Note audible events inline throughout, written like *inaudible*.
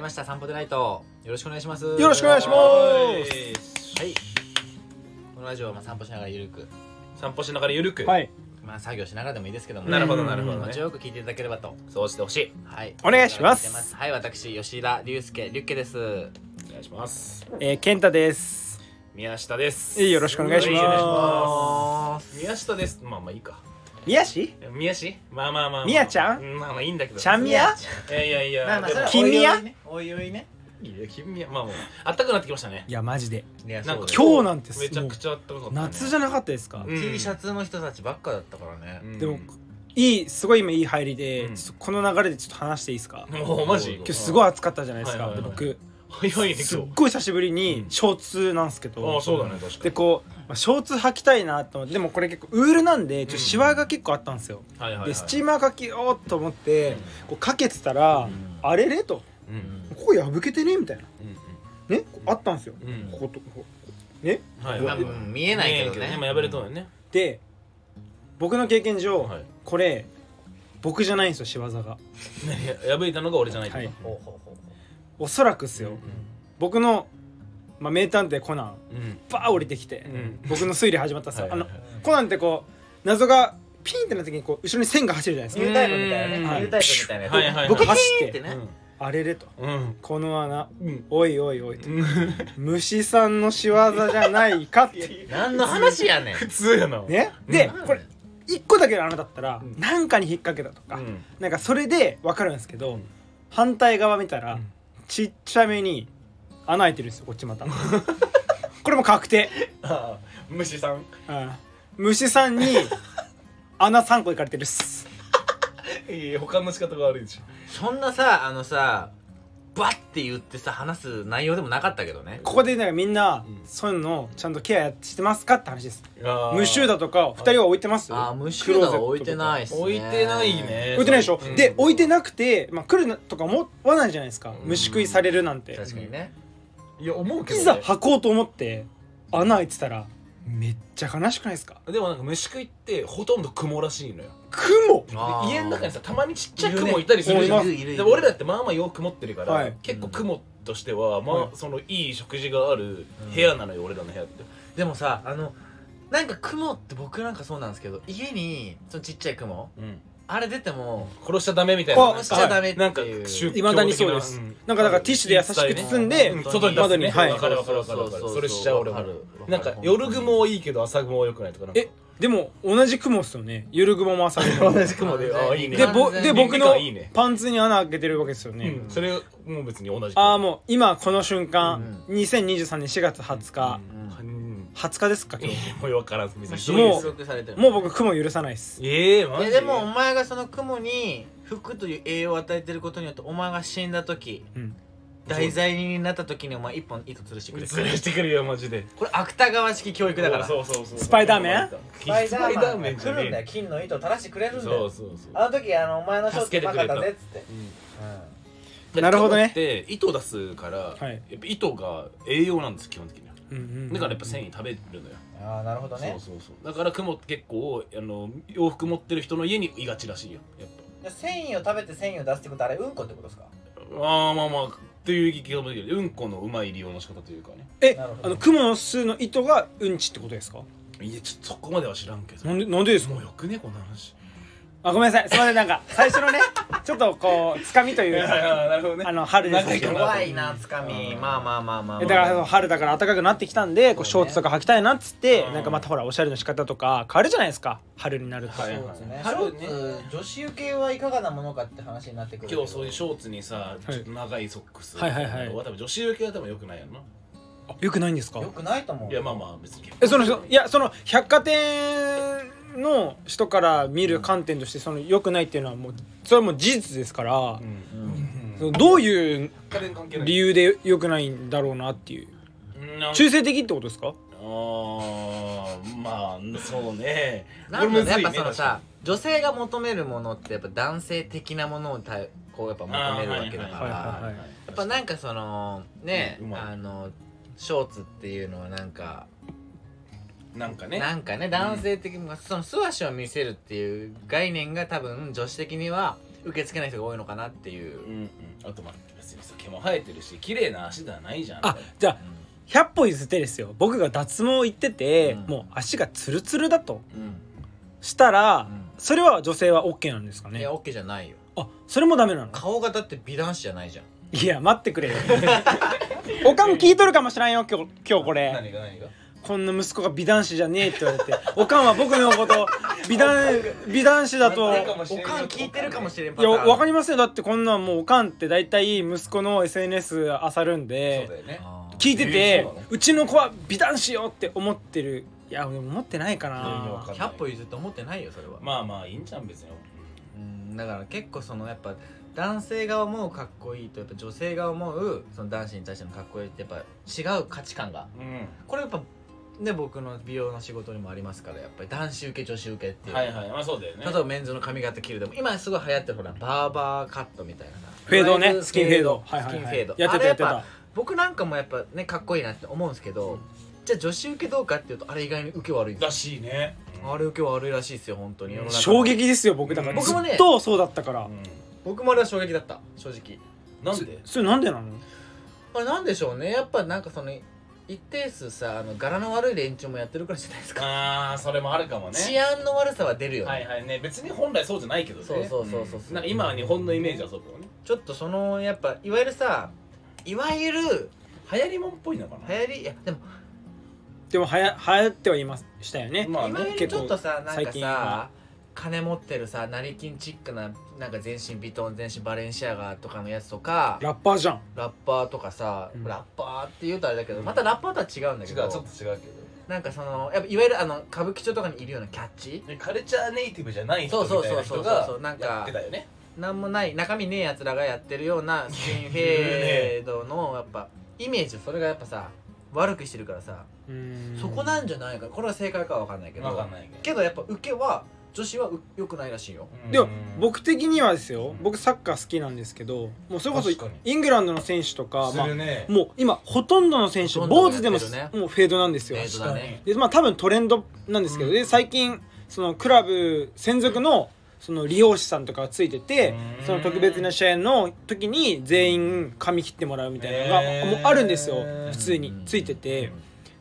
ました散歩でないとよろしくお願いしますよろしくお願いしますはいこのラジオはまあ散歩しながらゆるく散歩しながらゆるく、はいまあ作業しながらでもいいですけどもなるほどなるほど気持ねち、よく聞いていただければとそうしてほしいはいお願いしますお願いはい私吉田龍介龍介ですお願いしますえー、健太です宮下ですえーよろしくお願いしますよろくお願いします宮下ですまあまあいいか宮氏宮氏まあまあまあまあ宮ちゃんうまあまあいいんだけどちゃんみやいやいやいやまあまあでもそれは君やおいおいねおいおいねいいよ君宮まあもうあったかくなってきましたねいやマジでいやなんかそう今日なんてめちゃくちゃあったかかった、ね、夏じゃなかったですか、だうよん T シャツの人たちばっかだったからね、うんでもいいすごい今いい入りで、うんちょっとこの流れでちょっと話していいですか、今もうマジ今日すごいい暑かったじゃないですか、はいはいはい僕早いねすっ今日ごい久しぶりにうんショーツなんですけど、ああそうだね確かにでこう、まあ、ショーツ履きたいなと思ってでもこれ結構ウールなんでちょっとシワが結構あったんですよ、はいはいはいでスチーマーかけようと思ってこうかけてたら、んあれれとうんうんここ破けてねみたいなうねこうあったんですよ、んうんこことここねはいまあはい見えないけどね見えまあ破れとうよねで僕の経験上、はいこれ僕じゃないんですよ仕業がね破いたのが俺じゃないってこほうほうほうほおそらくっすよ、僕の、まあ、名探偵コナンとうんバー降りてきて、うん僕の推理始まったんですよ、はいはいはいあのコナンってこう謎がピンってなった時にこう後ろに線が走るじゃないですうか、ニュータイプみたいなねうんニュータイプみたいなやつはいはいはい僕走ってピーってね、あれれとうんこの穴うんおいおいおいとうん虫さんの仕業じゃないかって何の話やねん普通やなねでうんこれ一個だけの穴だったらうんなんかに引っ掛けたとうかんなんかそれで分かるんですけうどん反対側見たうらんちっちゃめに穴開いてるんですよこっち *laughs* またこれも確定ああ虫さんうん虫さんに穴3個いかれてるっすいや他の仕方が悪いでしょそんなさあのさバッて言ってさ話す内容でもなかったけどねここでなんかみんなうんそういうのをちゃんとケアしてますかって話ですああ無臭だとか2人は置いてますあー無臭だは置いてないっすね置いてないね置いてないでしょ、うんで置いてなくて、まあ、来るなとか思わないじゃないですかうん虫食いされるなんて確かにねいや思うけいどねざ履こうと思って穴開いてたらめっちゃ悲しくないですかでもなんか虫食いってほとんど雲らしいのよ雲であー家の中にさたまにちっちゃいるね雲いたりするじゃんいるいるいでるも俺らってまあまあよく持ってるから、はい結構雲としてはまあ、はいそのいい食事がある部屋なのよ、俺らの部屋ってでもさあのなんか雲って僕なんかそうなんですけど家にそのちっちゃい雲うんあれ出ても殺しちゃダメみたいなあ殺しちゃダメっていうなんか宗教的いまだにそうですんなんかだからティッシュで優しく包んでうん本当外に出す窓ねにはいわかるわかるわかるわかるそれしちゃう俺もわかるわかるなんか夜雲はいいけど朝雲は良くないとかなんかえでも同じ雲っすよねゆる雲も朝雲 *laughs* 同じ雲であいいねでぼ完で全に僕のいいねパンツに穴開けてるわけですようね、んそれもう別に同じああもう今この瞬間、う2023年4月20日、うんうん20日ですかい今や日もう分からん別に収もう録されてるもう僕雲許さないっすええマいやジでもお前がその雲に服という栄養を与えてることによってお前が死んだ時うん題材になった時にお前一本糸吊るしてくれずらしてくるよマジでこれ芥川式教育だからそうそうそうスパイダーメンスパイダーメンじゃねえ金の糸垂らしてくれそうそうそうの時あのお前のショーツ助けてくれたうまかったっつってなるほどねで糸出すから、はいやっぱ糸が栄養なんです基本的にはうんうんうんだからやっぱ繊維食べるのよ、ああなるほどそうそうそうだから雲って結構あの洋服持ってる人の家にいがちらしいよやっ繊維を食べて繊維を出すってことあれうんこってことですかぱああまあまあっていう気がするけどうんこのうまい利用の仕方というかねえなるほどあの雲の巣の糸がうんちってことですかいやちょっとそこまでは知らんけどなんでなんでですかもうよくねこんな話あごめんなさいすいませんなんか最初のねちょっとこうつかみというかなるほどあの春です長いかな怖いなつかみうんまあまあまあまあまあだからその春だから暖かくなってきたんでこうシそうョねーツとか履きたいなっつって、うんなんかまたほらおしゃれの仕方とか変わるじゃないですか春になると、はいそうですねシ春ョねーツ女子受けはいかがなものかって話になってくるけど今日そういうショーツにさ、ちょっと長いソックスはいはいはいはいは多分女子受けは多分よくないやろなあよくないんですかよくないと思ういやまあまあ別にえそのいやその百貨店の人から見る観点としてそのよくないっていうのはもうそれはもう事実ですからう、うんんそのどういう家電関係ない理由でよくないんだろうなっていうなんか中性的ってことですかあーまあそうねなんだろうねやっぱこそれむのずいねさ女性が求めるものってやっぱ男性的なものをたこうやっぱ求めるわけだかあーはいはいはいらやっぱなんかそのねうんうまいあのショーツっていうのはなんかなんかねなんかね男性的にその素足を見せるっていう概念が多分女子的には受け付けない人が多いのかなっていううんうんあとまあ別にさ毛も生えてるし綺麗な足ではないじゃんあじゃあう100歩譲ってですよ僕が脱毛行ってて、うんもう足がツルツルだとんしたら、うんそれは女性は OK なんですかうんいねや OK じゃないよあそれもダメなの顔がだって美男子じゃないじゃんいや待ってくれよおかん聞いとるかもしらんよ今日今日これ何が何がこんな息子が美男子じゃねえって言われておかんは僕のこと美男美男子だとなんかもしおれんよかん聞いてるかもしれんいやわかりりますよだってこんなんもうおかんって大体息子の SNS あさるんそうでだよね聞いてて、えーそうなのうちの子は美男子よって思ってるいや俺思ってないかいやいやなわかんない100歩譲って思ってないよそれはまあまあいいんじゃん別にうんだから結構そのやっぱ男性が思うかっこいいとやっぱ女性が思うその男子に対してのかっこいいってやっぱ違う価値観がうんこれやっぱね僕の美容の仕事にもありますからやっぱり男子受け女子受けっていう、はいはいまあそうだよね例えばメンズの髪型切るでも今すごい流行ってるほらバーバーカットみたいなフェードいわゆねるスキンフェードはいスはキいンフはェーいドやってたやってあれた僕なんかもやっぱねかっこいいなって思うんですけど、じゃあ女子受けどうかっていうとあれ意外に受け悪いんですだしいねよあれ受け悪いらしいですよ本当に世の中の衝撃ですよ僕だから僕ずもねっとそうだったから、うん僕もあれは衝撃だった正直なんでそれなんでなのあれなんでしょうねやっぱなんかその一定数さあの柄の悪い連中もやってるからじゃないですか、ああそれもあるかもね治安の悪さは出るよね、はいはいね別に本来そうじゃないけどねそうそうそうそうそうんなんか今は日本のイメージはそうだよねちょっとそのやっぱいわゆるさいわゆる流行りもんっぽいのか流な行りいやでもでもはや流行ってはいましたよね、まあいわゆねるちょっとさなん結構か最近はさ金持ってるさ成金チックななんか全身ビトン全身バレンシアガとかのやつとかラッパーじゃんラッパーとかさ、うんラッパーって言うとあれだけどうんまたラッパーとは違うんだ違うちけど、ょっと違うけどなんかそのやっぱいわゆるあの歌舞伎町とかにいるようなキャッチでカルチャーネイティブじゃない人みそうたいそなうそうそう人そうがそうなんかやってたよねなんもない中身ねえやつらがやってるようなスキンフェードのやっぱイメージそれがやっぱさ悪くしてるからさ、うーんそこなんじゃないかこれは正解かは分かんないけどわかんないけけどやっぱ受けは女子はう良くないらしいよどでもうん僕的にはですよ僕サッカー好きなんですけどもうそれこそ確かにイングランドの選手とか、すまある、ねもう今ほとんどの選ほ手とんど坊がやっ主てでるねももうフェードなんですよデートだねでまあ多分トレンドなんですけど、うんで最近そのクラブ専属のその理容師さんとかがついててうんその特別な試合の時に全員髪切ってもらうみたいなのへがーもうあるんですよ普通についてて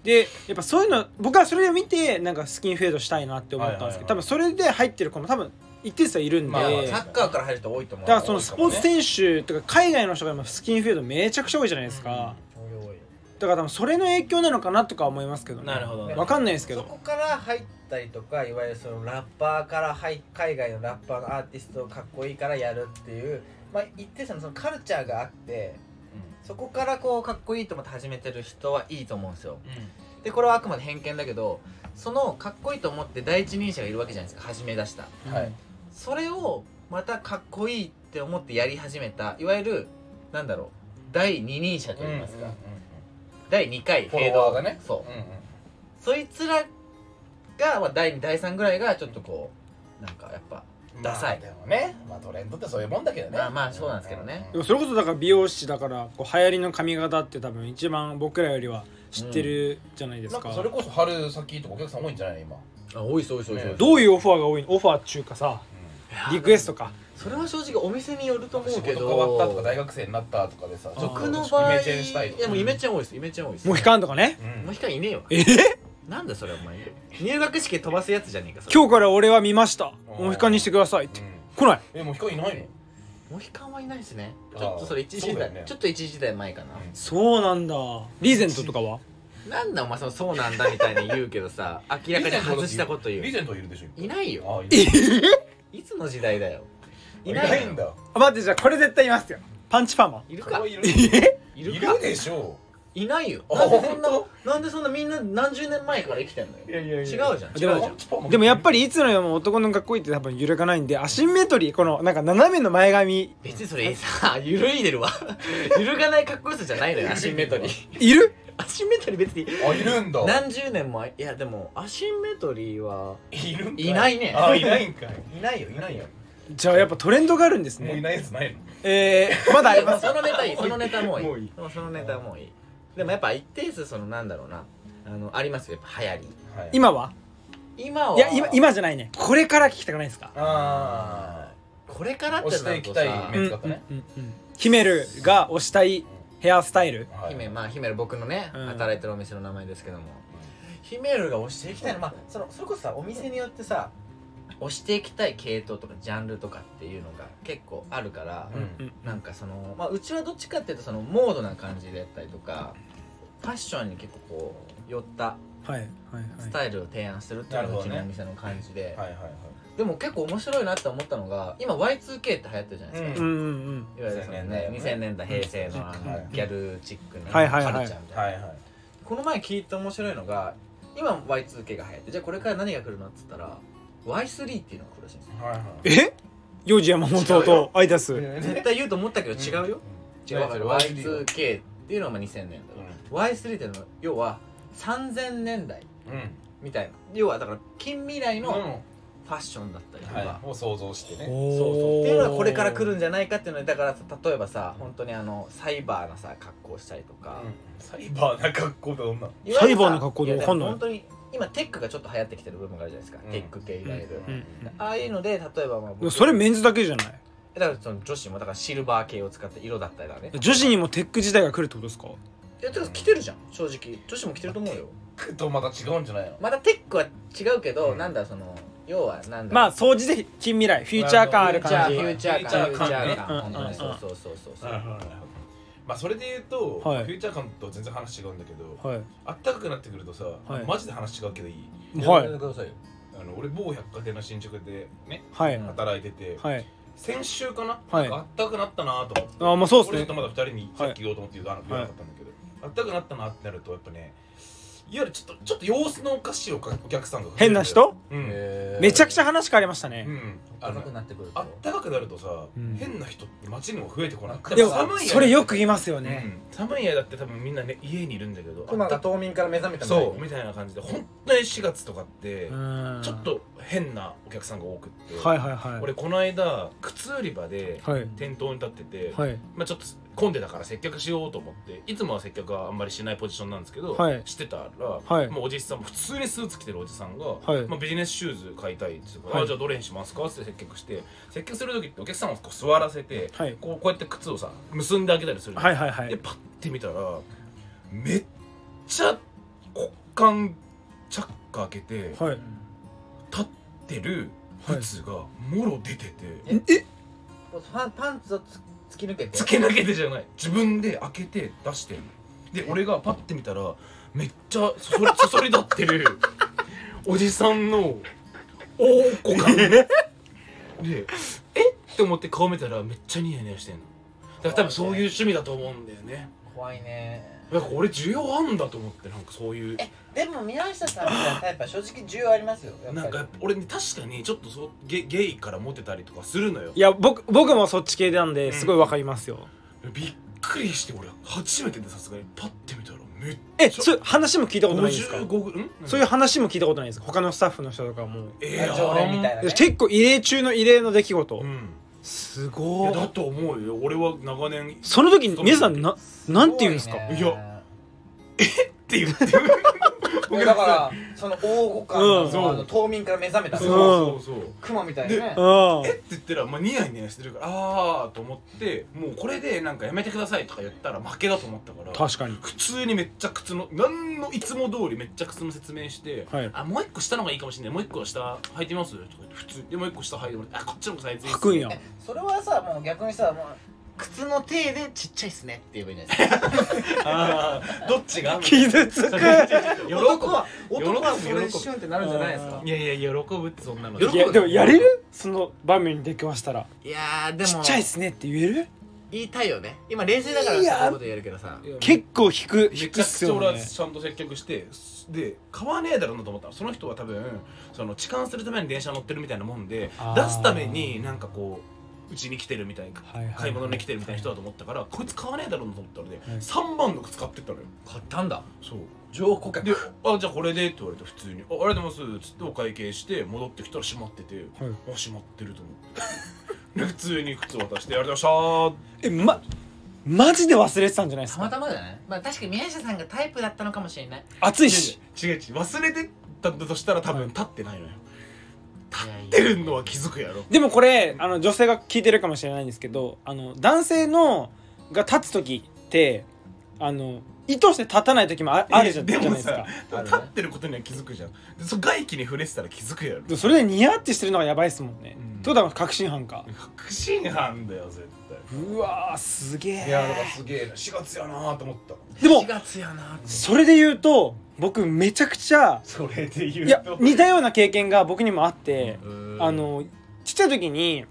でやっぱそういうの僕はそれを見てなんかスキンフェードしたいなって思ったんですけどは多いはいは分いそれで入ってる子も多分一定数はいるんでまあまあサだッカーから入る人多いと思うからそのスポーツ選手とか海外の人が今スキンフェードめちゃくちゃ多いじゃないですか多いだから多分それの影響なのかなとか思いますけどねなるほどねわかんないですけそどこから入ったりとかいわゆるそのラッパーから入海外のラッパーのアーティストをかっこいいからやるっていう、まあ、一定数のそのカルチャーがあってそこからこうかっこいいと思って始めてる人はいいと思うんですようんうんでこれはあくまで偏見だけどそのかっこいいと思って第一人者がいるわけじゃないですか始め出したはいそれをまたかっこいいって思ってやり始めたいわゆるなんだろう第二人者といいますか、第2回フフォェーロワードがねそううんうんそいつらが、まあ、第2第3ぐらいがちょっとこうなんかやっぱダサいまあでもねまあトレンドってそういうもんだけどねまあまあそうなんですけどねでもそれこそだから美容師だからこう流行りの髪型って多分一番僕らよりは知ってるじゃないですなんか,、かそれこそ春先とかお客さん多いんじゃない今あ多いそういそう多いそうどういうオファーが多いのオファー中かさリクエストかそれは正直お店によると思仕うけ事ど変わったとか大学生になったとかでさあー僕の場合イメチェンしたいといかやもうイメチェン多いですイメチェン多いですモヒカンとかねうんモヒカンいねえわえなんだそれお前入学式飛ばすやつじゃねえかそれ今日から俺は見ましたうんモヒカンにしてくださいって来ないえもう光いないのモヒカンはいないですねあーちょっとそれ一時そうだ代、よねちょっと一時代前かな、そうなんだリーゼントとかはなんだお前そのそうなんだみたいに言うけどさ明らかに外したこと言リーうゼントいるでしょいないよあーいるいつの時代だよいないんだあ待ってじゃあこれ絶対いますよパンチパーマいるそれかはいるいいるかるでしょいないよあなんでそんな本なんでそんなみんな何十年前から生きてんのよいやいや違ういじやゃん違うじゃでもんでもやっぱりりいつの世も男のかっこいいって多分揺るがないんでアシンメトリーこのなんか斜めの前髪別にそれさ *laughs* 揺るいでるわ揺るがないかっこよさじゃないのよアシンメトリーいるアシンメトリー別にあいるんだ何十年もいやでもアシンメトリーはいるんかいないねあいないんかいいないよいないよじゃあやっぱトレンドがあるんですもういねないやつないのえー、まだありますそのネタいいそのネタもういいもういいでもそのネタはもういいでもやっぱ一定数そのなんだろうなあのありますよやっぱ流行はい今はり今はいや今今じゃないねこれから聞きたくないですかあこれからって押しなてるいときさたいメンツだったねうんうんうんヒメルが推したいヘアスタイルはい姫まあ姫ル僕のね、うん働いてるお店の名前ですけども姫ルが推していきたいのまあそのそれこそさお店によってさ推していきたい系統とかジャンルとかっていうのが結構あるから、うんうんなんかそのまあうちはどっちかっていうとそのモードな感じでやったりとかファッションに結構こう寄ったはいはいスはいタイルを提案するっていうのがうちのお店の感じで、はいはいはいでも結構面白いなって思ったのが今 Y2K って流行ってるじゃないですうか、んうんうんいわゆるそのね2000 2000年代平成のあはのいギャルチックなカはルいチャはーいはいみたいな、はいはいこの前聞いて面白いのが今 Y2K が流行ってじゃあこれから何が来るのっつったら Y3 っていうのが来るらしいんですよはいはいえ幼児山本とアイダスはい絶対言うと思ったけど違うよ、うん違うからうん Y2K っていうのはまあ2000年代、Y3 っていうのは要は3000年代うんみたいな要はだから近未う来んのファッションだったりとか、はいを想像してねそうそうっていうのはこれから来るんじゃないかっていうのでだから例えばさ本当にあのサイバーなさ格好をしたりとか、サイバーな格好で女いわゆるさサイバーの格好でわかんないやも本当に今テックがちょっと流行ってきてる部分があるじゃないですか、うんテック系いわゆる、うんああいうので例えばまあうん僕それメンズだけじゃないだからその女子もだからシルバー系を使った色だったりだね女子にもテック時代が来るってことですかいやてか着てるじゃん正直女子も着てると思うよとまた違うんじゃないのまたテックは違うけど、うんなんだその要はなんだまあ掃除で近未来フューチャー感ある感じフューチャー感フューチャーフューチ感ャー感ね本当にうんそうんううんそうそうそうそう、まあそれで言うと、はいフューチャー感と全然話違うんだけど、はいあったかくなってくるとさ、いマジで話違うけどいいはいくださいよあの俺某百貨店の新宿でねはいうん働いてて、はい先週かな,、はないんかあったかくなったなと思ってあまあそうっす俺ちょねっとまだ二人にさっき言おうと思って言わな言わなかったんだけど、あったかくなったなってなるとやっぱねいわゆるちょっとちょっと様子のおかしいおかお客さんが増える変な人うん、めちゃくちゃゃ話変わりましたうねん、あ高のくなってくるとあったかくなるとさ、うん変な人って街にも増えてこないででもも寒いそれよく言いますよねね、寒い家だって多分みんなね家にいるんだけどコナンが冬眠から目覚めたみたいにそうみたいな感じで本当に4月とかってうんちょっと変なお客さんが多くって、はいはいはい俺この間靴売り場ではい店頭に立ってて、はいまあ、ちょっと混んでたから接客しようと思っていつもは接客はあんまりしないポジションなんですけど、はいしてたら、はいもうおじさん普通にスーツ着てるおじさんが、はいまあ、ビジネスシューズ買いたいっつうから、はいあじゃあどれにしますかって接客して接客する時ってお客さんをこう座らせてはいこうこうやって靴をさ結んであげたりするの、はいはいはでいパッて見たらめっちゃ骨幹チャック開けてはいう立ってる靴がもろ出てて、ええんパンパンツをつ突き抜けてつけなげてじゃない自分で開けて出してんので俺がパッて見たらめっちゃそそ *laughs* りそそり立ってるおじさんのおおこかでえって思って顔見たらめっちゃニヤニヤしてんのだから多分そういう趣味だと思うんだよね怖いねだから俺需要あんだと思ってなんかそういうでも宮下さんみたいなタイプは正直需要ありますよやっぱなんりかやっぱ俺ね確かにちょっとそうゲゲイからモテたりとかするのよいや僕僕もそっち系なんですごいわかりますよびっくりして俺初めてでさすがにパッて見たらめっえちゃそういう話も聞いたことないんですか55ぐんそういう話も聞いたことないです他のスタッフの人とかもえー、常連みたいなね結構異例中の異例の出来事うん、すいごやいだと思うよ俺は長年っその時に皆さんななんて言うんですかごねいやて言ってる *laughs* いやだからその大互うん換そうのあの冬眠から目覚めたそううんそうそうってクマみたいなねうん言ったら、まあ、ニヤニヤしてるからああと思ってもうこれでなんかやめてくださいとか言ったら負けだと思ったから確かに普通にめっちゃ靴の何のいつも通りめっちゃ靴の説明して、はいあもう一個下の方がいいかもしれないもう一個下履いてみますとか言って普通でもう一個下履いてもらってあこっちの方がサイズいいっす吐く *laughs* んやえそれはさもう逆にさもう靴の手でちっちゃいっすねって言えばいいんじゃないですかあーどっちが傷つく喜ぶ男は男は喜そぶれシュンってなるんじゃないですかいやいや喜ぶってそんなのいやでもやれるその場面に出くわしたらいやーでもちっちゃいっすねって言える言いたいよね今冷静だからいそうやーいうこと言えるけどさ結構引くめ引ちくっゃくすちゃよ俺はねちゃんと接客してで買わねえだろうなと思ったのその人は多分その痴漢するために電車乗ってるみたいなもんであー出すためになんかこううちに来てるみたいなはいはい買い物に来てるみたいな人だと思ったからこいつ買わねえだろうなと思ったのでい3万の靴買ってったのよ買ったんだそう上顧で「あじゃあこれで」って言われて普通に「あありがとうございます」っつってお会計して戻ってきたら閉まってて「はいあ閉まってる」と思ってで *laughs* 普通に靴渡して「ありがとうございました」えまマジで忘れてたんじゃないですたまかたまじゃないまあ確かに宮下さんがタイプだったのかもしれない暑いし違う違う違う忘れてたんだとしたら多分立ってないのよ立ってるのは気づくやろでもこれあの女性が聞いてるかもしれないんですけどあの男性のが立つ時ってあの意図して立たない時もああるじゃでじゃないもですさかあるね立ってることには気づくじゃんでそ外気に触れてたら気づくやろでもそれでニヤってしてるのがやばいですもんね、うんってことは確信犯か確信犯だよ絶うわーすげ対えいやだからすげえな4月やなと思ったでも4月やなそれで言うと僕めちゃくちゃそれで言いや似たような経験が僕にもあって、あのちっちゃい時に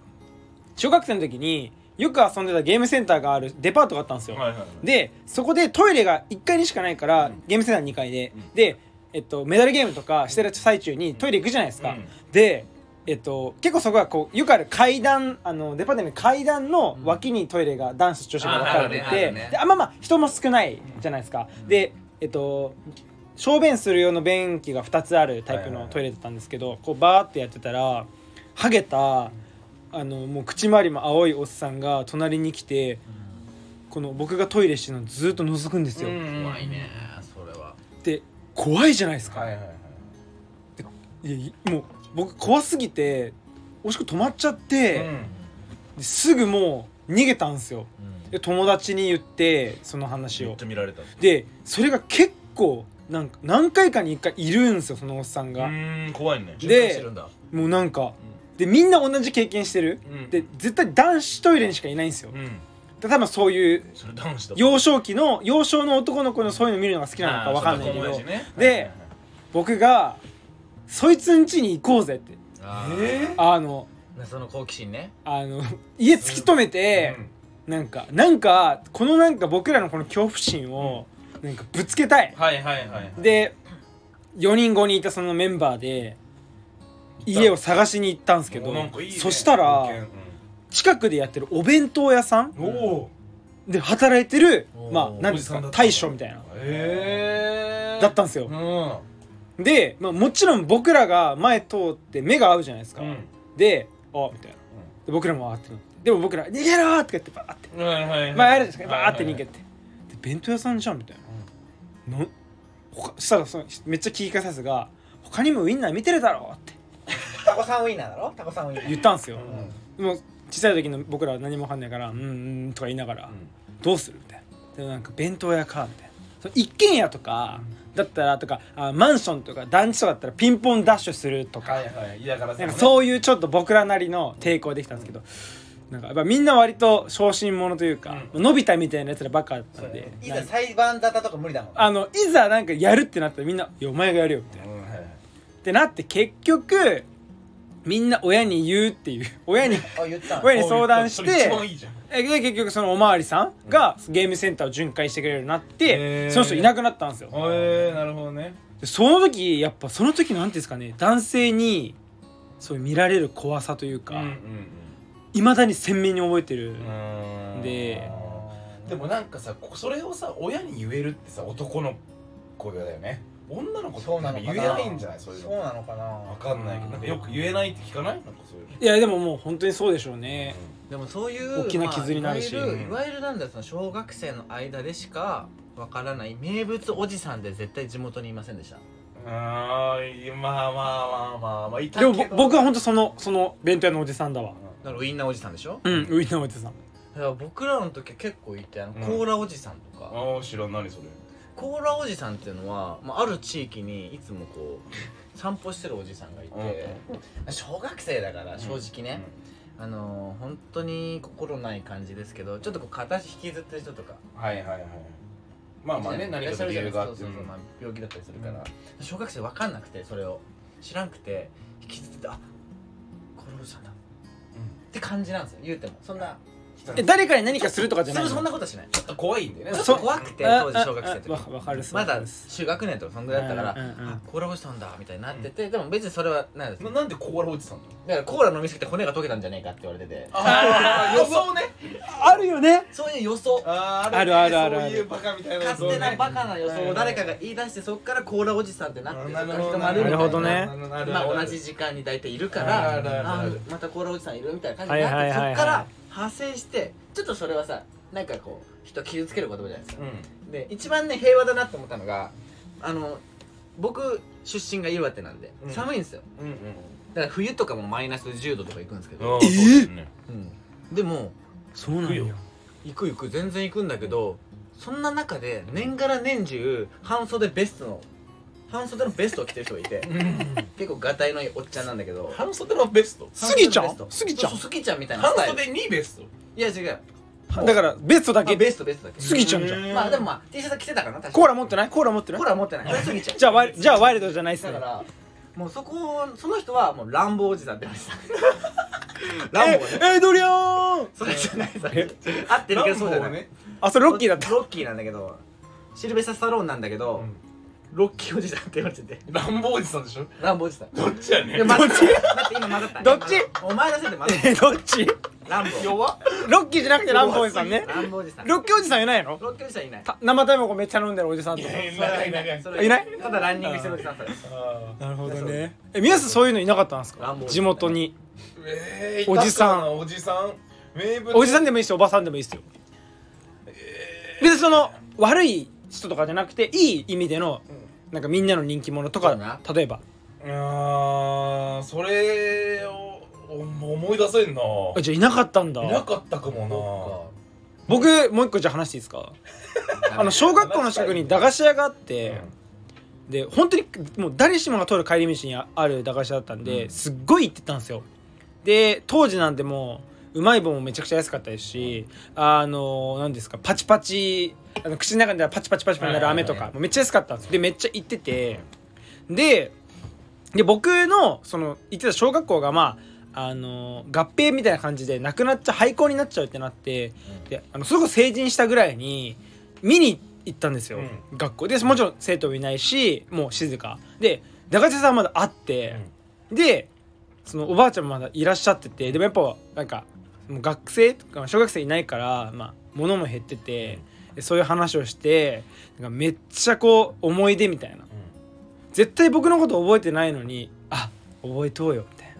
小学生の時によく遊んでたゲームセンターがあるデパートがあったんですよ、はいはいはいでそこでトイレが1階にしかないから、うんゲームセンター2階で、うんで、えっと、メダルゲームとかしてる最中にトイレ行くじゃないですか、うんで、えっと、結構そこはこうよくある階段あのデパートの階段の脇にトイレが男子女子が分うんあかれてあるねあてるねであんままあ人も少ないじゃないですか、うんでえっと小便する用の便器が2つあるタイはいプはいのはいトイレだったんですけど、こうバーってやってたらハゲたあのもう口周りも青いおっさんが隣に来てこの僕がトイレしてるのをずっと覗くんですよ、うん怖いねそれはで怖いじゃないですか、はいはいはいいやいもう僕怖すぎておしく止まっちゃって、ですぐもう逃げたんですよで友達に言ってその話めっをちゃ見られたでそれが結構なんか何回かに1回いるんですよそのおっさんうが、ーん怖いねで循環してるんだもうなんかでみんな同じ経験してるうんで絶対男子トイレにしかいないんですようんで多分そういうそれ男子だ幼少期の幼少の男の子のそういうの見るのが好きなのかわかんないけあーどそ友達ねで僕が「そいつん家に行こうぜ」ってあーえあのその好奇心ねあの *laughs* 家突き止めて、なんかなんかこのなんか僕らのこの恐怖心をなんかぶつけたいはいはいはいはいで4人5人いたそのメンバーで家を探しに行ったんですけどなんかいいねそした冒険ら近くでやってるお弁当屋さんうんおおで働いてるおーまあ何ですおじさんだかったんだ大将みたいなええだったんですうよんで、まあ、もちろん僕らが前通って目が合うじゃないですか、うんで「あみたいなで僕らもあってなってでも僕ら「逃げろ!」とか言ってバーってはいはいはいまああるじゃないですかバーって逃はげいて、で弁当屋さんじゃんみたいな、なん他したらそのめっちゃ聞き返さずが「他にもウインナー見てるだろ」ってタコさんウインナーだろタコさんウインナー言ったんですよ、うんでも小さい時の僕らは何もわかんないから「うんうん」とか言いながら「どうする?」みたいなでなんか弁当屋かみたいなその一軒家とかだったらとかあマンションとか団地とかだったらピンポンダッシュするとか、はいはいはいだからさなんかうそういうちょっと僕らなりの抵抗できたんですけど、なんかやっぱみんな割と小心者というか、伸びたみたいなやつらばっかだったんでいなんざか裁判沙汰とか無理だもんあのいざなんかやるってなったらみんな「いやお前がやるよ」みたいな。んはいはいってなって結局みんな親に言うっていう *laughs* 親にあ言ったん親に相談しそれて一番いいじゃんえで結局そのおまわりさんがゲームセンターを巡回してくれるようになってへーその人いなくなったんですよへえなるほどねでその時やっぱその時なんていうんですかね男性にそういう見られる怖さというかいま、未だに鮮明に覚えてる、うんででもなんかさこそれをさ親に言えるってさ男の子だよね女の子そうとなかのか言なえないんじゃないそういうそうのなのかわなかんないけどなんかよく言えないって聞かないなんかそういうのいやでももう本当にそうでしょうね、でもそういう大きな傷になるしまあいわゆうるんいわゆるなんだよその小学生の間でしかわからない名物おじさんで絶対地元にいませんでしたあーまあまあまあまあまあいたでけもどぼ僕は本当そのその弁当屋のおじさんだわだからウインナーおじさんでしょうんウインナーおじさんだから僕らの時は結構いてあのうんコーラおじさんとか、ああ知らん何それコーラおじさんっていうのは、まあ、ある地域にいつもこう散歩してるおじさんがいて小学生だから正直ね、あのー本当に心ない感じですけどちょっとこう片足引きずってる人とかはいはいはいまあまあね何いらっかしゃのる理じゃな由いですかがあっそてうそうそううんまあ、病気だったりするから、小学生分かんなくてそれを知らんくて引きずっててあコーラおじさんだ、って感じなんですよ言うてもそんなえ誰かに何かするとかじゃそないれのそんなことしないちちょっと怖いんだよねょっそとう怖くてあ当時小学生の時ああわわかるそうまだです中学年とかそんぐらいだったから、うんうんうんあコーラおじさんだみたいになってて、でも別にそれはなんですななんでコアラおじさんだだからコーラ飲みすぎて骨が溶けたんじゃねえかって言われててああ予想ねあるよねそういう予想あーあるねあるあるあるそういうバカみたいな勝手なバカな予想うをん誰かが言い出してそっからコーラおじさんってなってそっから人なまるるほどみたいなるほどねまあ同じ時間に大体いるかあるあるらああるまたコーラおじさんいるみたいな感じになって、はいはいはいはいそっから派生してちょっとそれはさなんかこう人傷つける言葉じゃないですか、で一番ね平和だなと思ったのがあの僕出身が岩手なんで、うん寒いんですようんうんから冬とかもマイナス10度とか行くんですけど、うんえーそうだねうんでもそうなんよ行く行く全然行くんだけどそんな中で年がら年中半袖ベストの半袖のベストを着てる人がいて結構ガタイのいいおっちゃんなんだけど半袖のベストスギちゃ半袖のんベストスギちゃんそうそうスギちゃんみたいな半スタイル袖にベストいや違うだからベストだあけベストベストだけスギちゃんじゃんまあでもまあ T シャツ着てたかな確かにコーラ持ってないコーラ持ってないコーラ持ってないこれスギちゃんじゃあワイじゃあワイルドじゃないっすだねからもうそこをその人はもう乱暴おじさんって言われてた乱暴ね *laughs* えエイドリアンそれじゃないそれ合ってるけどそうじゃないあそれロッキーだったロッキーなんだけどシルベスタ・スタローンなんだけど、ロッキーおじさんって言われてて乱暴おじさんでしょ乱暴おじさんどっちやねいやん待って待って今混ざったどっちお前のせいで混ざっえどっちた乱暴弱っロッキーじゃなくてランボーイさんね乱暴おじさんロロッキーおじさんいないッのキーおじさんいないた生タバコめっちゃ飲んでるおじさんとかいないいないいないそいれないただランニングしてるおじさんそれなるほどねえ皆さんそういうのいなかったんですラかンボーイ地元にえーおじさんいたかなおじさん名物おじさんでもいいしおばさんでもいいですよ別にその悪い人とかじゃなくていい意味でのなんかみんなの人気者とそうかな例えばあーそれをお思い出せんなあじゃあいなかったんだいなかったかも僕もう一個じゃあ話していいですかあの小学校の近くに駄菓子屋があって、で本当にもう誰しもが通る帰り道にある駄菓子屋だったんで、すっごい行ってたんですよで当時なんてもううまい棒もめちゃくちゃ安かったですし、あの何ですかパチパチあの口の中でパチパチパチパチなる飴とか、もうめっちゃ安かったんですでめっちゃ行っててでで僕のその行ってた小学校がまああの合併みたいな感じでなくなっちゃ廃校になっちゃうってなって、であのそれこそ成人したぐらいに見に行ったんですよ、う学校でもちろん生徒もいないしもう静かで中地さんはまだ会って、でそのおばあちゃんもまだいらっしゃっててでもやっぱなんかもう学生とか小学生いないから、まあ、物も減ってて、でそういう話をしてなんかめっちゃこう思い出みたいな、絶対僕のこと覚えてないのにあ覚えとうよみたいな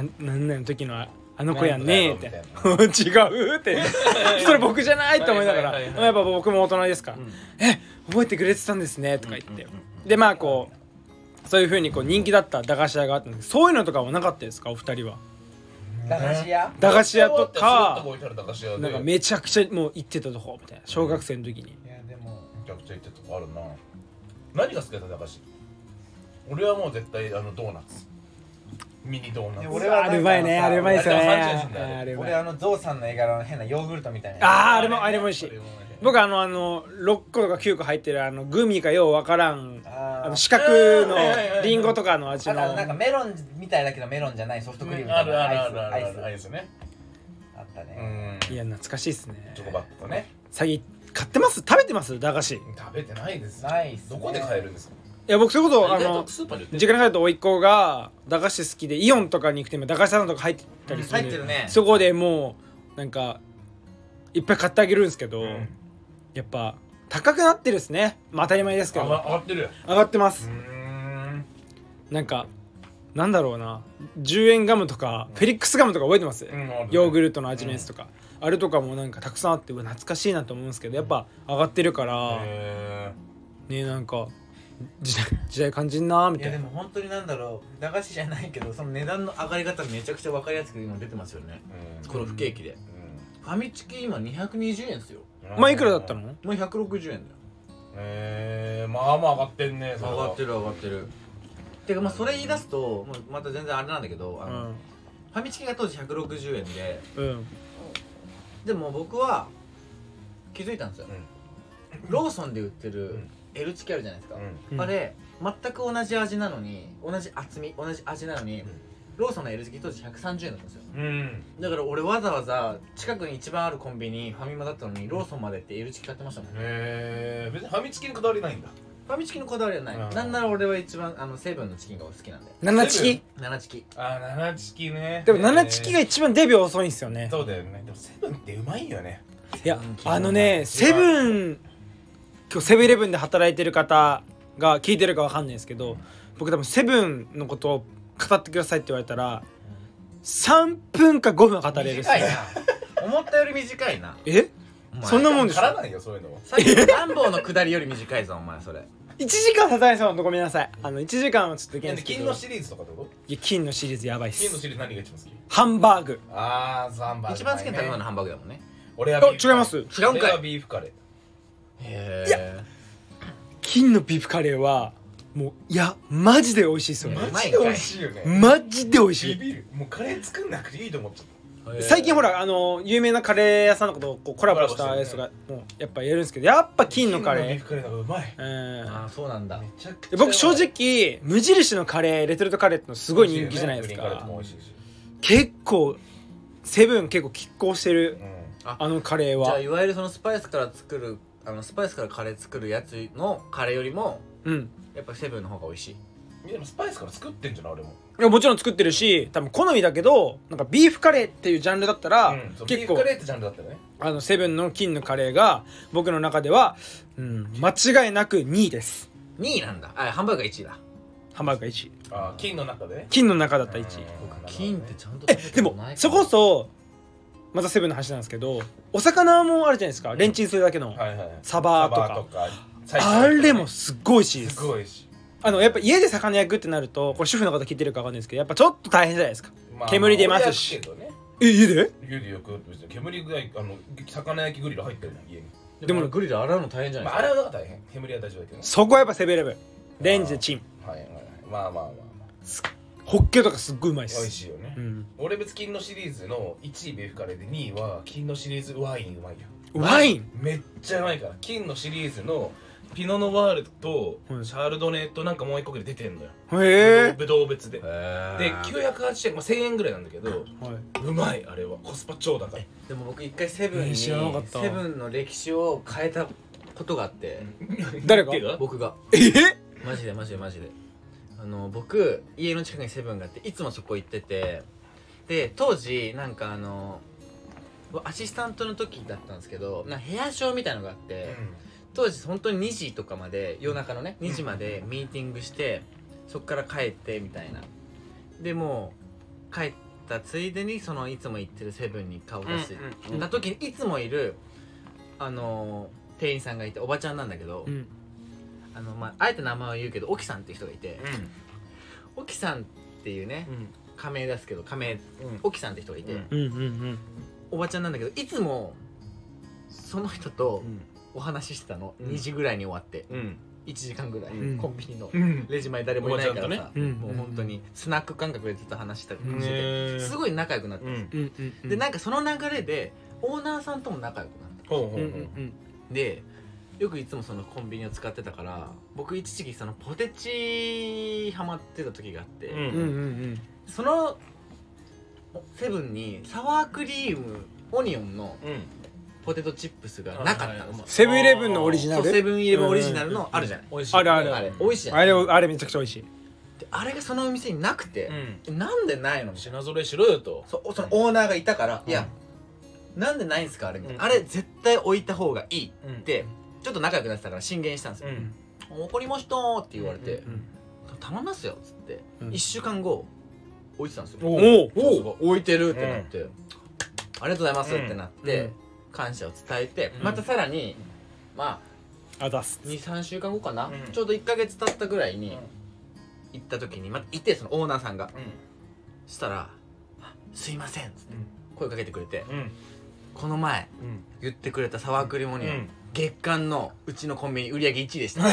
うんななん何年の時のああの子やんねみたいななんだ *laughs* 違うって *laughs* それ僕じゃないと思いながはらいはいはいやっぱ僕も大人ですから、んえ覚えてくれてたんですねとか言って、うんうんうんでまあこうそういうふうにこう人気だった駄菓子屋があったんですそういうのとかはなかったですかお二人は駄菓子屋駄菓子屋とかずっ置いてある駄菓子屋でなんかめちゃくちゃもう行ってたとこみたいな小学生の時にいやでもめちゃくちゃ行ってたとこあるな何が好きだった駄菓子俺はもう絶対あのドーナツミニドーナツであ俺はなんかれうまいねあれうまいですよねあれは三十年代あれうまい俺あのゾウさんの絵柄の変なヨーグルトみたいなあーあれもあれも美味しい僕あのあの6個とか9個入ってるあのグミかようわからんあーあの四角のはいはいはいリンゴとかの味あとあののなんかメロンみたいだけどメロンじゃないソフトクリームみたあいるなあるアあイスるアあイるアイススねあったうねんいや懐かしいですねチョコバットとね最近買ってます食べてます駄菓子い食べてないですないっすねどこで買えるんですかや僕それこそあのスーパーで売って実家に帰ると甥っ子が駄菓子好きでイオンとかに行くと今駄菓子屋さんとか入ってたりするんで入ってるねそこでもうなんかいっぱい買ってあげるんですけど、うんやっぱ高くなってるですね、まあ、当たり前ですけ上がど上がってる上がってまうす、ーんなんかなんだろうな10円ガムとか、フェリックスガムとか覚えてます、ヨーグルルトの味のやつとか、あれとかもなんかたくさんあってうわ懐かしいなと思うんですけどやっぱ上がってるから、ねなんか時代時代感じんなーみいたやいでなも本当になんだろう駄菓子じゃないけどその値段の上がり方めちゃくちゃ分かりやすく今出てますよねこの不景気でファミチキ今220円ですよまあいくらだったのもう160円だよえー、まあまあ上がってんね上がってるる上がってるてかまあそれ言い出すともうまた全然あれなんだけどうあの、ん、ファミチキが当時160円でうん、でも僕は気づいたんですよ、ローソンで売ってうるん L チキあるじゃないですか、うんあれ全く同じ味なのに同じ厚み同じ味なのに、うんローソンの L チキ当時130円だったんですようん、うん、だから俺わざわざ近くに一番あるコンビニファミマだったのにローソンまで行って L チキ買ってましたもん、えー、別にファミチキにこだわりないんだファミチキのこだわりはない、うんなんなら俺は一番あのセブンのチキンが好きなんで7チ7チキあー七チキねキでも7チキが一番デビュー遅いんですよねそうだよねでもセブンってうまいよねいやうんあのねセブン今日セブンイレブンで働いてる方が聞いてるかわかんないですけど僕多分セブンのことを語ってくださいって言われたら3分か5分は語れるっす短いな思ったより短いなえお前そんなもんでしからょないよそういうのはさっきのランボーの下りより短いぞお前それ1時間サザエさんのごめんなさいあの1時間はちょっといけなないんんでですけど金のシリーズとかってこといや金のシリーズやばいっ金のすシリーズ何が一番好きハンバーグあー、サンバ一番好きな食べ物な。ハンバーグだもんね俺はあビーフカ違いレーます違うん俺かはいビーフカレー。へえ金のビーフカレーはもういやマジで美味しいですよねうマまいジんでかい美味しいよね。マジで美味しビいビる。もうカレー作んなくていいと思っちゃった。最近ほららあの有名なカレー屋さんのことこうコラボしコラたボやしつてとるかもうやっぱやるんですけどやっぱ金のカ金ビーレフカレーの方がうまい。ーうんあそうなんだめちゃくちゃでうまい。僕正直無印のカレーレトルトカレーってのすすごい人気じゃないですカレーとかも美味しいし。結構セブン結構拮抗してるうんあのカレーじゃあはいわゆるそのスパイスから作るあのスパイスからカレー作るやつのカレーよりもうんやっぱセブンの方が美味しいでもスパイスから作ってんじゃない俺も。いやもちろん作ってるし多分好みだけどなんかビーフカレーっていうジャンルだったら、うんそうビー結フ構カレーってジャンルだったよね。あのセブンの金のカレーが僕の中では、うん、間違いなく2位です2位なんだあハンバーグが1位だハンバーグが1位あー金の中でね。金の中だった1位僕金ってちゃんとえでもそれこそまたセブンの話なんですけどお魚もあるじゃないですかレンチンするだけの、はいはいはい。サバとかサ最初あれもすっごい美味しいですすごいし。あのやっぱ家で魚焼くってなるとこれ主婦の方聞いてるかわかんないですけどやっぱちょっと大変じゃないですかまあ煙出ますし俺やるけどねえ家で家でよく別に煙ぐらいあの魚焼きグリル入ってるもん家に。そでもグリル洗うの大変じゃまあないであれすはなんか大変。煙は大丈夫だけどね。そこはやっぱセブンイレブンレンジでチンはいはいはい。まあまあまあまあ。ホッケとかすっごいうまいで美す味しいよねう。ん、俺別金のシリーズの1位ビーフカレーで2位は金のシリーズワインうまいよワインめっちゃうまいから金のシリーズのピノノワールとはいシャールドネとなんかもう一個ぐらい出てんのよへえ、ぶどう別ででかで980円、まあ、1000円ぐらいなんだけどはうまいあれはコスパ超高いでも僕一回セブンえーに知セらなかったブンの歴史を変えたことがあってい、誰が手が僕がえマジでマジでマジであの僕家の近くにセブンがあっていつもそこ行っててで当時なんかあのアシスタントの時だったんですけどなんか部屋証みたいのがあって、当時本当に2時とかまで夜中のね2時までミーティングしてそっから帰ってみたいなでもう帰ったついでにそのいつも行ってるセブンに顔出してうんた時にいつもいるあのー店員さんがいておばちゃんなんだけど、うん、あのまああえて名前を言うけど沖さんっていう人がいて沖さんっていうね仮名ですけど仮名沖さんって人がいて、うんうんうんうんおばちゃんなんだけどいつもその人とお話ししてたの、2時ぐらいに終わってうん1時間ぐらい、うんコンビニのうんレジ前誰もいないからさ、おばちゃんとねうんもう本当にスナック感覚でずっと話したりうんしてて、すすごいごい仲良くなったんうですよ、うんんうんうんでなんかその流れでオーナーさんとも仲良くなっほうほうほううんうんたでよくいつもそのコンビニを使ってたから僕一時期そのポテチハマってた時があって、うんうんうんうんそのセブンにサワークリームオニオンのうんポテトチップスがなかったの、セブンイレブンのオリジナそうルセブンイレブンオリジナルのあるじゃない、美味しいあるああるれ美味しいじゃないあれあれめちゃくちゃ美味しいであれがそのお店になくてう、んなんでないのみたいな品揃えしろよとそうそのオーナーがいたから、うんいやなんでないんすかあれみたいな、うんあれ絶対置いた方がいいうんってちょっと仲良くなってたから進言したんですうよん「怒りました」って言われてうん「頼みますよ」っつって、うん1週間後置いてたんですよおおうお置いてるってなって、ありがとうございます」ってなって、うん感謝を伝えて、うんまたさらにまあざっすあ23週間後かな、うんちょうど1ヶ月経ったぐらいにうん行った時にまたいてそのオーナーさんがうしたらあ「すいません」っつってうん声かけてくれてん「この前うん言ってくれたサワークリームオニオン、うん月間のうちのコンビニ売り上げ1位でした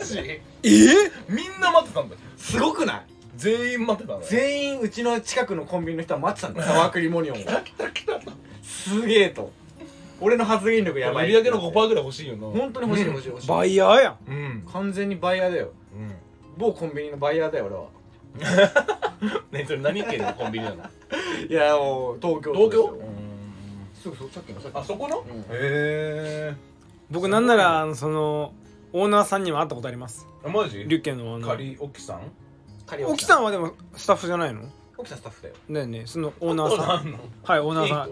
マジえー、みんな待ってたんだよすごくない全員待ってたの *laughs* よ全員うちの近くのコンビニの人は待ってたんだよサワークリームオニオ *laughs* ンをすげえと俺の発言力やばい売り上げの5%ぐらい欲しいよな本当に欲しい欲しい欲しい、バイヤーやんうん完全にバイヤーだようん某コンビニのバイヤーだよ俺はねそれ何県のコンビニなのいやもう東京東京そうそうさっきのさっきあそこのうんへ僕なんならあのそのオーナーさんにも会ったことありますえマジリュッケのオーナカーリオキさん仮沖さんはでもスタッフじゃないのだ沖さんスタッフだよよねそのオーナーさんんのはいオーナーさん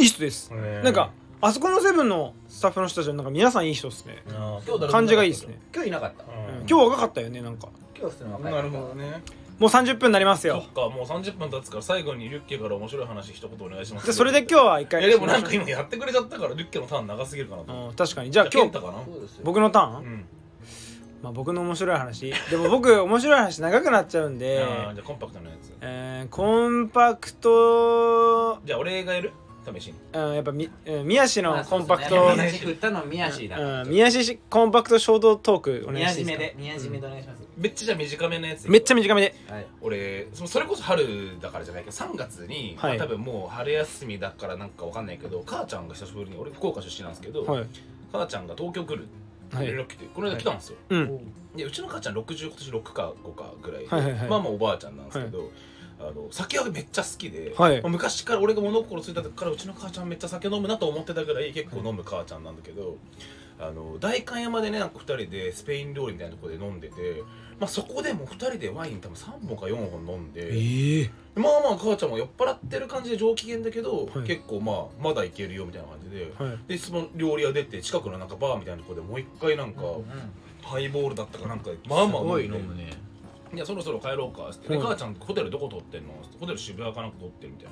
いい人ですなんかあそこのセブンのスタッフの人たちはなんか皆さんいい人っすね感じがいいっすね、今日いなかったう今んうん、今日若かったよねなんか日普通の若いなるほどねもう30分になりますそよっかもう30分経つから最後にリュッケから面白い話一言お願いしますじゃあそれで今日は一い回やでもなんか今やってくれちゃったからリュッケのターン長すぎるかなと思ってうん確かにじゃあ今日健太かなそうですよ僕のターン、うんまあ、僕の面白い話でも僕面白い話長くなっちゃうんで、あーじゃあコンパクトなやつえーコンパクト、じゃあ俺がやる試しにうん、やっぱみ、うん、宮氏のコンパクまトあそうですね宮地振ったの宮氏だ。うん、宮氏コンパクト衝動トークお願い宮してい締いでめすで、か宮締めでお願いします。めっちゃじゃあ短めのやつめっちゃ短めではい。俺そそれこそ春だからじゃないけど3月に、はいまあ多分もう春休みだからなんかわかんないけど母ちゃんが久しぶりに俺福岡出身なんですけど、はい母ちゃんが東京来るは連い絡来て、この間来たんですよ、うんでうちの母ちゃん60今年6か5かぐらいで、はいはいはいまあまあおばあちゃんなんですけど、あの酒はめっちゃ好きで、はいまあ昔から俺が物心ついた時からうちの母ちゃんめっちゃ酒飲むなと思ってたぐらい結構飲む母ちゃんなんだけど、あの代官山でねなんか2人でスペイン料理みたいなところで飲んでて、まあ、そこでも2人でワイン多分3本か4本飲んで、ええまあまあ母ちゃんも酔っ払ってる感じで上機嫌だけど、はい結構まあまだいけるよみたいな感じで。はいでその料理屋出て近くのなんかバーみたいなところでもう一回なんかハイボールだったかなんかまあすまあごい飲んでむね。いやそろそろ帰ろうかっつって、でうん母ちゃんホテルどこ取ってんのつってホテル渋谷かなんか取ってるみたい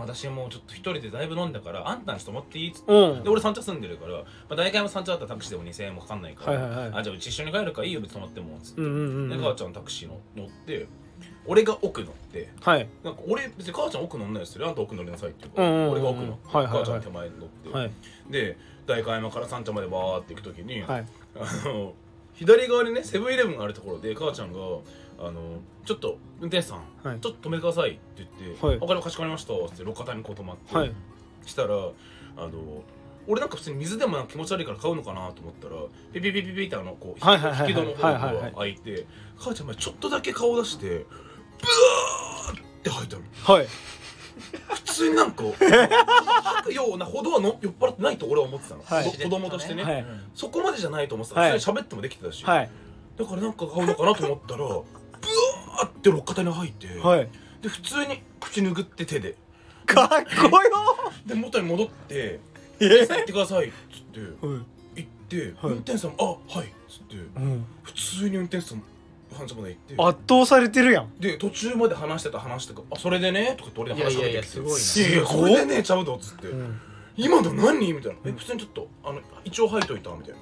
なで私もうちょっと一人でだいぶ飲んだからあんたに泊まっていいっつってうんで俺三茶住んでるから、まあ、大会も三茶だったらタクシーでも2000円もかかんないかはら、いはいはいあじゃあうち一緒に帰るからいいよ別に泊まってもっつって、うんうんうでん母ちゃんタクシーの乗って俺が奥乗ってはいなんか俺別に母ちゃん奥乗んないですよあんた奥乗りなさいっていうから、うんうんうん俺が奥乗って、はいはいはい母ちゃん手前に乗って、はいで大会山から三茶までバーって行く時に、はい *laughs* あの左側にねセブンイレブンがあるところで母ちゃんが「あのちょっと運転手さん、はいちょっと止めてください」って言って「はいお金かしこまりました」っつって路肩にこう止まって、はいしたらあの俺なんか普通に水でもなんか気持ち悪いから買うのかなと思ったらピピピピピってあのこう、はいはいはいはい引き戸の方はいはいはがい開いて母ちゃんがちょっとだけ顔出してブワーって吐いたのはい普通になんか吐くようなほどはの酔っ払ってないと俺は思ってたの、はい子供としてね、はいそこまでじゃないと思ってた、はい普通に喋ってもできてたし、はいだからなんか買うのかなと思ったらブワーって六肩に入って、はいで普通に口拭って手でかっこよで元に戻って「えさ行ってください」っつってうん行って、はい運転手さんも「あはい」っつってうん普通に運転手さんも反射まで行って圧倒されてるやんで途中まで話してた話とか「あそれでね」とかって俺いにや話しいかやいけてや、きてすごいいやいや、な。これでね、ちゃうぞっつって、うん今の何みたいな、え、普通にちょっと、あの、一応吐いといた *laughs* みたいな。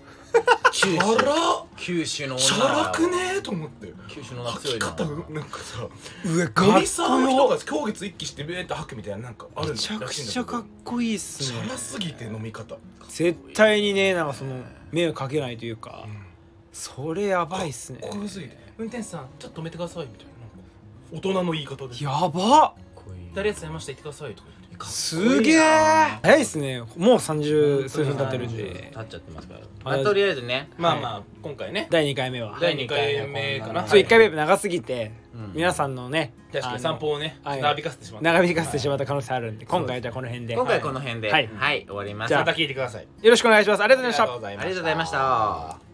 九州あら、九州の女チャラくねーと思って。九州の女吐強きいな。方、なんかさ。うわかっこゴよリさんの人が狂月一気してベーって吐くみたいななんかあるらめしちいゃんだくけどちゃかっこいいっすチャねラすぎて飲み方絶対にねなんかその迷惑かけないというかそれやばいっすねかっこよすぎて運転手さんちょっと止めてくださいみたいななんか大人の言い方でやばかっこいい誰やつやました行ってくださいとか言ってすげえ早いっすねもう30数分経ってるんで経っちゃってますから。あまあとりあえずね。まあまあ今回ね第2回目は第2回目かなそう1回目目長すぎてうん皆さんのね確かにあの散歩をねはい長引かせてしまった長引かせてしまった可能性あるんで今回じゃあこの辺で今よ回この辺で、ははいい、終わります。じゃああまた聞いてくださいろしくお願いしますありがとうございましたありがとうございりまがしとうたございました。